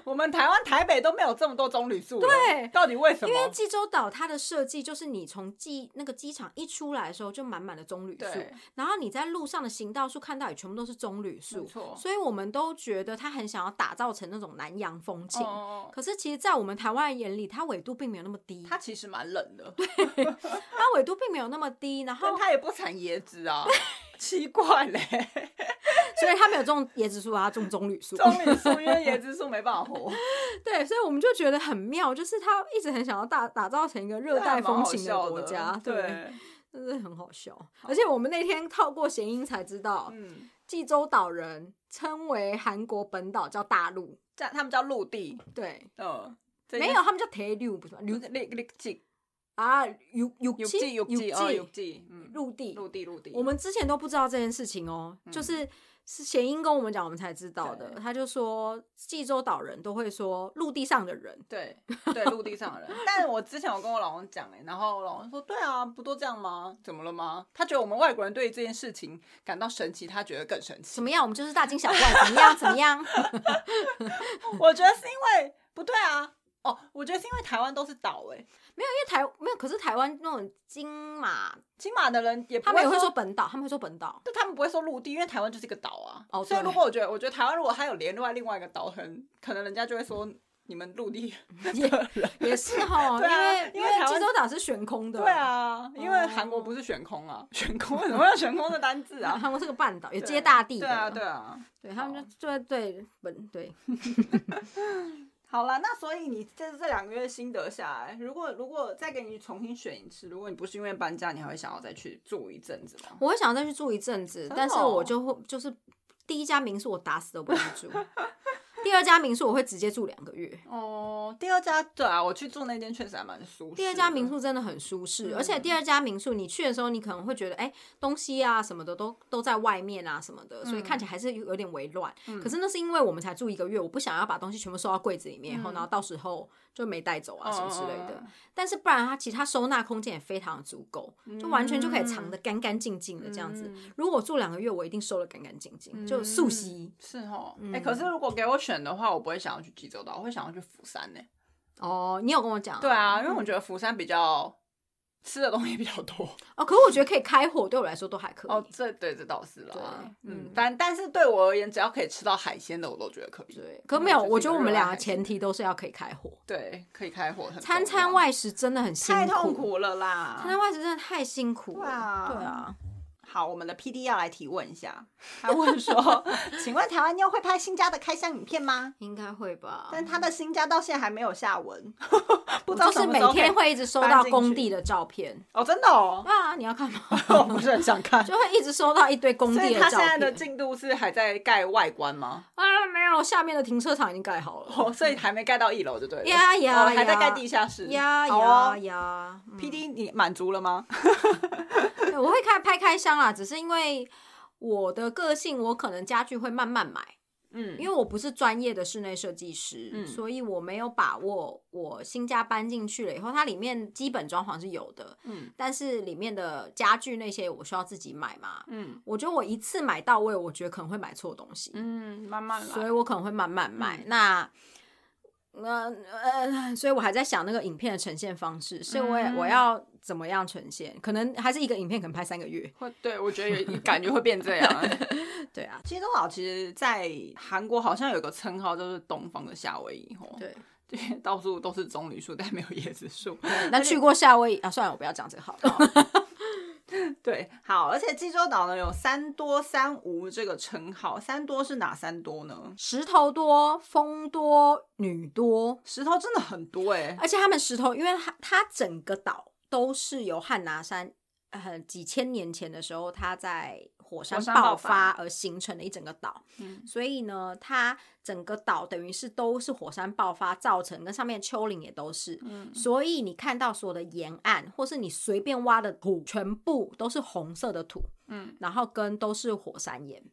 Speaker 2: 我们台湾台北都没有这么多棕榈树了，
Speaker 1: 对
Speaker 2: 到底为什
Speaker 1: 因为
Speaker 2: 么？
Speaker 1: 济州岛它的设计就是你从机那个机场一出来的时候就满满的棕榈树
Speaker 2: 对，
Speaker 1: 然后你在路上的行道树看到也全部都是棕榈
Speaker 2: 没
Speaker 1: 树，
Speaker 2: 错，
Speaker 1: 所以我们都觉得它很想要打造成那种南洋风情。
Speaker 2: 哦，
Speaker 1: 可是其实，在我们台湾人眼里，它纬度并没有那么低，
Speaker 2: 它嗯其实蛮冷的，
Speaker 1: 它纬度并没有那么低，然后
Speaker 2: 但它也不产椰子啊，奇怪嘞，
Speaker 1: 所以它没有种椰子树啊，它种棕榈树。
Speaker 2: 棕榈树因为椰子树没办法活，
Speaker 1: 对，所以我们就觉得很妙，就是他一直很想要打打造成一个
Speaker 2: 啊
Speaker 1: 热带风情
Speaker 2: 的
Speaker 1: 国家，对，
Speaker 2: 对，
Speaker 1: 真的很好笑。而且我们那天透过谐音才知道，
Speaker 2: 嗯，
Speaker 1: 济州岛人称为韩国本岛叫大陆，
Speaker 2: 这样他们叫陆地，
Speaker 1: 对，
Speaker 2: 嗯，这
Speaker 1: 没有他们叫铁路，不是吗？
Speaker 2: 陆
Speaker 1: 陆
Speaker 2: 地陆地
Speaker 1: 啊，有有
Speaker 2: 陆地
Speaker 1: 有
Speaker 2: 陆地哦陆地，嗯，
Speaker 1: 陆地。
Speaker 2: 陆地陆地，
Speaker 1: 我们之前都不知道这件事情哦，就是是谐音跟我们讲，我们才知道的。
Speaker 2: 嗯对
Speaker 1: 他就说济州岛人都会说陆地上的人，
Speaker 2: 对对，陆地上的人。但我之前我跟我老公讲哎、然后我老公说：“对啊，不都这样吗？怎么了吗？”他觉得我们外国人对于这件事情感到神奇，他觉得更神奇
Speaker 1: 怎。么样？我们就是大惊小怪，怎么样？怎么样？
Speaker 2: 我觉得是因为不对啊，哦，我觉得是因为台湾都是岛哎、
Speaker 1: 因为台没有，可是台湾那种金马，
Speaker 2: 金马的人也不
Speaker 1: 他们也会
Speaker 2: 会
Speaker 1: 说
Speaker 2: 说。
Speaker 1: 本岛，他们会说本 岛。
Speaker 2: 就他们不会说陆地，因为台湾就是一个岛啊。
Speaker 1: 哦
Speaker 2: 所以
Speaker 1: 对
Speaker 2: 如果我觉得，我觉得台湾如果它有连另外另外一个岛，很可能人家就会说你们陆地的人。
Speaker 1: 也是哈，
Speaker 2: 对啊
Speaker 1: 因为
Speaker 2: 因为台湾
Speaker 1: 济州岛是悬空的，
Speaker 2: 对，啊，因为韩国不是悬空 啊，悬空为什么要悬空的单字 啊？
Speaker 1: 韩国是个半岛，也
Speaker 2: 对
Speaker 1: 接大地的，
Speaker 2: 对啊，对啊。
Speaker 1: 对他们就对对本对，
Speaker 2: 好啦，那所以你这这两个月心得下来，如果如果再给你重新选一次，如果你不是因为搬家，你还会想要再去住一阵子吗？
Speaker 1: 我会想再去住一阵子，
Speaker 2: 的哦
Speaker 1: 但是我就会就是第一家民宿我打死都不会去住。 第二家民宿我会直接住两个月。
Speaker 2: 哦，第二家对啊，我去住那间确实还蛮舒适的。
Speaker 1: 第二家民宿真的很舒适，
Speaker 2: 嗯
Speaker 1: 而且第二家民宿你去的时候，你可能会觉得，哎、东西啊什么的都都在外面啊什么的，所以看起
Speaker 2: 嗯
Speaker 1: 来还是有有点微乱。可是那是因为我们才住一个月，我不想要把东西全部收到柜子里面，然后、
Speaker 2: 嗯
Speaker 1: 然后到时候就没带走啊什么之类的。
Speaker 2: 嗯嗯嗯
Speaker 1: 但是不然，它其实它收纳空间也非常足够，就完全就可以藏得干干净净的这样子。
Speaker 2: 嗯
Speaker 1: 如果我住两个月，我一定收的干干净净，就素悉
Speaker 2: 是哦，哎、可是如果给我选的话，我不会想要去济州岛，我会想要去釜山呢、
Speaker 1: 哦。你有跟我讲、
Speaker 2: 对啊，因为我觉得釜山比较吃的东西比较多。
Speaker 1: 哦，可是我觉得可以开火，对我来说都还可以。
Speaker 2: 哦，这对这倒是啦。
Speaker 1: 对
Speaker 2: 嗯
Speaker 1: 嗯，
Speaker 2: 反但是对我而言，只要可以吃到海鲜的，我都觉得可以。
Speaker 1: 对，可
Speaker 2: 嗯
Speaker 1: 没有，
Speaker 2: 就是一
Speaker 1: 我觉得
Speaker 2: 个
Speaker 1: 我们
Speaker 2: 热爱
Speaker 1: 俩
Speaker 2: 海
Speaker 1: 的前
Speaker 2: 鲜
Speaker 1: 提都是要可以开火。
Speaker 2: 对，可以开火很重要。
Speaker 1: 餐餐外食真的很辛苦，
Speaker 2: 太痛苦了啦
Speaker 1: 餐。餐外食真的太辛苦了。
Speaker 2: 对啊
Speaker 1: 对啊，
Speaker 2: 好，我们的 P D 要来提问一下，他问 说：“请问台湾妞会拍新家的开箱影片吗？”
Speaker 1: 应该会吧。
Speaker 2: 但他的新家到现在还没有下文， 不
Speaker 1: 我
Speaker 2: 知道
Speaker 1: 就
Speaker 2: 什
Speaker 1: 是
Speaker 2: 么
Speaker 1: 每
Speaker 2: 时候可以
Speaker 1: 天会一直收
Speaker 2: 搬
Speaker 1: 到
Speaker 2: 进
Speaker 1: 工
Speaker 2: 去
Speaker 1: 地的照片。
Speaker 2: 哦，真 的哦，
Speaker 1: 对啊，你要看吗？
Speaker 2: 我不是很想看。
Speaker 1: 就会一直收到一堆工
Speaker 2: 所
Speaker 1: 地
Speaker 2: 以
Speaker 1: 的
Speaker 2: 他
Speaker 1: 照
Speaker 2: 现在的
Speaker 1: 片。
Speaker 2: 进度是还在盖外观吗？
Speaker 1: 啊，没有，下面的停车场已经盖好了。
Speaker 2: 哦，所以还没盖到一楼就对了。
Speaker 1: 呀呀
Speaker 2: 哦还在
Speaker 1: 呀
Speaker 2: 盖地下室。
Speaker 1: 呀
Speaker 2: 好
Speaker 1: 呀
Speaker 2: 哦
Speaker 1: 呀！嗯
Speaker 2: P D，你满足了吗？
Speaker 1: 对我会看拍开箱啦，只是因为我的个性，我可能家具会慢慢买。
Speaker 2: 嗯
Speaker 1: 因为我不是专业的室内设计师，
Speaker 2: 嗯
Speaker 1: 所以我没有把握我新家搬进去了以后，它里面基本装潢是有的，
Speaker 2: 嗯
Speaker 1: 但是里面的家具那些我需要自己买嘛。
Speaker 2: 嗯
Speaker 1: 我觉得我一次买到位，我觉得可能会买错东西，
Speaker 2: 嗯，慢慢
Speaker 1: 所以我可能会慢慢买。那呃呃，所以我还在想那个影片的呈现方式，是我也、
Speaker 2: 嗯
Speaker 1: 我要怎么样呈现？可能还是一个影片，可能拍三个月。
Speaker 2: 会对我觉得有感觉会变这样。
Speaker 1: 对啊，
Speaker 2: 济州岛其实，在韩国好像有个称号，就是东方的夏威夷哦，
Speaker 1: 对。
Speaker 2: 对，到处都是 棕榈树，但没有椰子树。
Speaker 1: 那去过夏威夷啊？算了，我不要讲这个好了。
Speaker 2: 哦对，好，而且济州岛呢有三多三无这个称号，三多是哪三多 呢？
Speaker 1: 石头多，风多，女多，
Speaker 2: 石头真的很多哎、
Speaker 1: 而且他们石头，因为它它整个岛都是由汉拿山，呃，几千年前的时候，它在火山
Speaker 2: 火山
Speaker 1: 爆
Speaker 2: 爆发
Speaker 1: 发而形成的一整个岛，
Speaker 2: 嗯
Speaker 1: 所以呢，它整个岛等于是都是火山爆发造成，跟上面丘陵也都是。
Speaker 2: 嗯
Speaker 1: 所以你看到所有的沿岸，或是你随便挖的土，全部都是红色的土，
Speaker 2: 嗯
Speaker 1: 然后跟都是火山岩。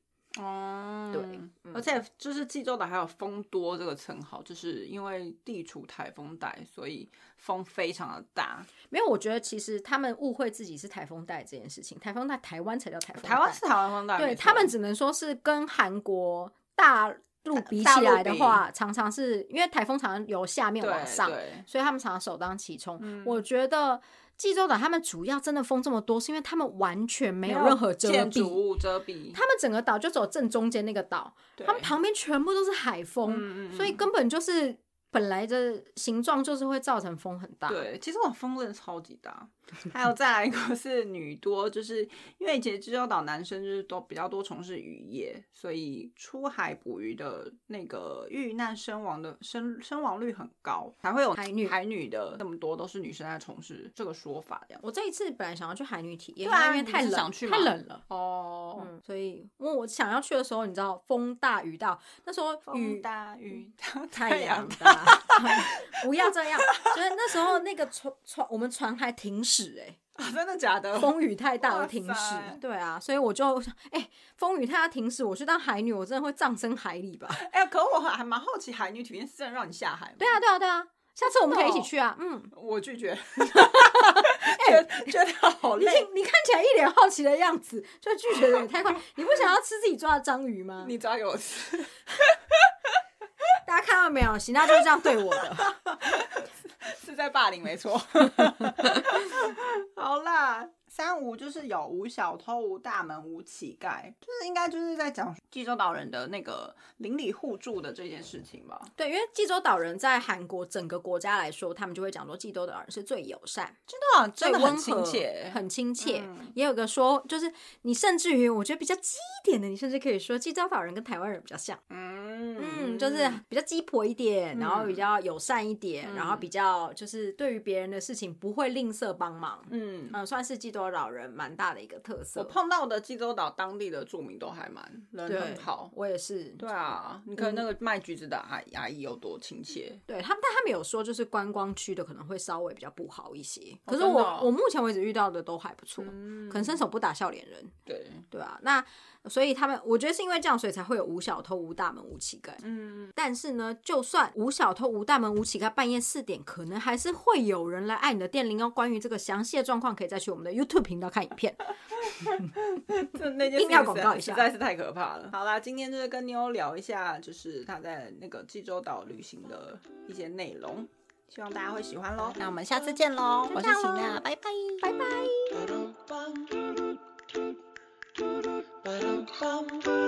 Speaker 2: 哦
Speaker 1: 对
Speaker 2: 而且就是济州岛还有风多这个称号，就是因为地处台风带，所以风非常的大。
Speaker 1: 没有，我觉得其实他们误会自己是台风带这件事情，台风带台湾才叫台风带，
Speaker 2: 台湾是台湾风带，
Speaker 1: 对
Speaker 2: 没错
Speaker 1: 他们只能说是跟韩国大陆比
Speaker 2: 大
Speaker 1: 起
Speaker 2: 陆
Speaker 1: 来的
Speaker 2: 比
Speaker 1: 话，常常是因为台风常常由下面
Speaker 2: 对
Speaker 1: 往上，
Speaker 2: 对嗯
Speaker 1: 所以他们常常首当其冲。我觉得济州岛他们主要真的风这么多，是因为他们完全没有任何遮
Speaker 2: 建筑
Speaker 1: 蔽。
Speaker 2: 物遮蔽，
Speaker 1: 他们整个岛就走正中间那个岛，
Speaker 2: 对
Speaker 1: 他们旁边全部都是海风，
Speaker 2: 嗯嗯嗯
Speaker 1: 所以根本就是本来的形状就是会造成风很大。
Speaker 2: 对，其实我风真的超级大。还有再来一个是女多，就是因为其实济州岛男生就是都比较多从事渔业，所以出海捕鱼的那个遇难身亡的身身亡率很高，才会有
Speaker 1: 海女
Speaker 2: 海女的这么多都是女生在从事这个说法这样。
Speaker 1: 我这一次本来想要去海女体验，
Speaker 2: 对啊
Speaker 1: 因为
Speaker 2: 你
Speaker 1: 太
Speaker 2: 是
Speaker 1: 冷，
Speaker 2: 想去吗
Speaker 1: 太冷了。
Speaker 2: 哦，
Speaker 1: 嗯，所以因为我想要去的时候，你知道风大雨大，那时候雨嗯
Speaker 2: 风大雨大
Speaker 1: 太阳
Speaker 2: 阳
Speaker 1: 大， 哎不要这样。就是那时候那个船船，我们船还停驶哎、
Speaker 2: 大，真的假的？
Speaker 1: 风雨太大而
Speaker 2: 哇
Speaker 1: 停驶
Speaker 2: 塞。
Speaker 1: 对啊，所以我就想，哎、风雨太大停驶，我去当海女，我真的会葬身海里吧？
Speaker 2: 哎、可我还蛮好奇海女体验是真的让你下海吗？
Speaker 1: 对啊，对啊，对啊。下次我们可以一起
Speaker 2: 真的哦
Speaker 1: 去啊，嗯，
Speaker 2: 我 拒绝，觉得觉得好
Speaker 1: 你
Speaker 2: 累。哦
Speaker 1: 看你看起来一脸好奇的样子，就拒绝的也太快。你不想要吃自己抓的章鱼吗？
Speaker 2: 你抓给我吃，
Speaker 1: 大家看到没有？喜娜就是这样对我的。
Speaker 2: 是在霸凌，没错。 好啦，三无就是有无小偷、无大门、无乞丐，就是应该就是在讲济州岛人的那个邻里互助的这件事情吧。
Speaker 1: 对，因为济州岛人在韩国整个国家来说，他们就会讲说济州岛人是最友善、
Speaker 2: 济州岛啊真的
Speaker 1: 最温和
Speaker 2: 很亲切，
Speaker 1: 很亲切。
Speaker 2: 嗯
Speaker 1: 也有个说，就是你甚至于我觉得比较激一点的，你甚至可以说济州岛人跟台湾人比较像，
Speaker 2: 嗯
Speaker 1: 嗯，就是比较鸡婆一点，
Speaker 2: 嗯
Speaker 1: 然后比较友善一点，
Speaker 2: 嗯
Speaker 1: 然后比较就是对于别人的事情不会吝啬帮忙，
Speaker 2: 嗯
Speaker 1: 嗯，算是济州洲老人蛮大的一个特色。
Speaker 2: 我碰到的济州岛当地的住民都还蛮人
Speaker 1: 对
Speaker 2: 很好。
Speaker 1: 我也是，
Speaker 2: 对啊，你看那个卖橘子的阿姨阿姨有多亲切，
Speaker 1: 对他们，但他们有说就是观光区的可能会稍微比较不好一些。可是
Speaker 2: 真的
Speaker 1: 我、
Speaker 2: 哦
Speaker 1: 我目前为止遇到的都还不错，
Speaker 2: 嗯
Speaker 1: 可能伸手不打笑脸人，
Speaker 2: 对，
Speaker 1: 对啊。那所以他们，我觉得是因为这样，所以才会有无小偷、无大门、无乞丐。
Speaker 2: 嗯，
Speaker 1: 但是呢，就算无小偷、无大门、无乞丐，半夜四点可能还是会有人来按你的电铃哦。关于这个详细的状况，可以再去我们的 YouTube 频道看影片。
Speaker 2: 这那件事
Speaker 1: 硬要
Speaker 2: 情
Speaker 1: 广
Speaker 2: 实
Speaker 1: 告一下
Speaker 2: 在实在是太可怕了。好啦，今天就是跟妞聊一下，就是她在那个济州岛旅行的一些内容，希望大家会喜欢喽。那我们下次见喽，我
Speaker 1: 就这样
Speaker 2: 是行
Speaker 1: 咯
Speaker 2: 娜，拜拜，
Speaker 1: 拜拜。
Speaker 3: Ba-dum-bum.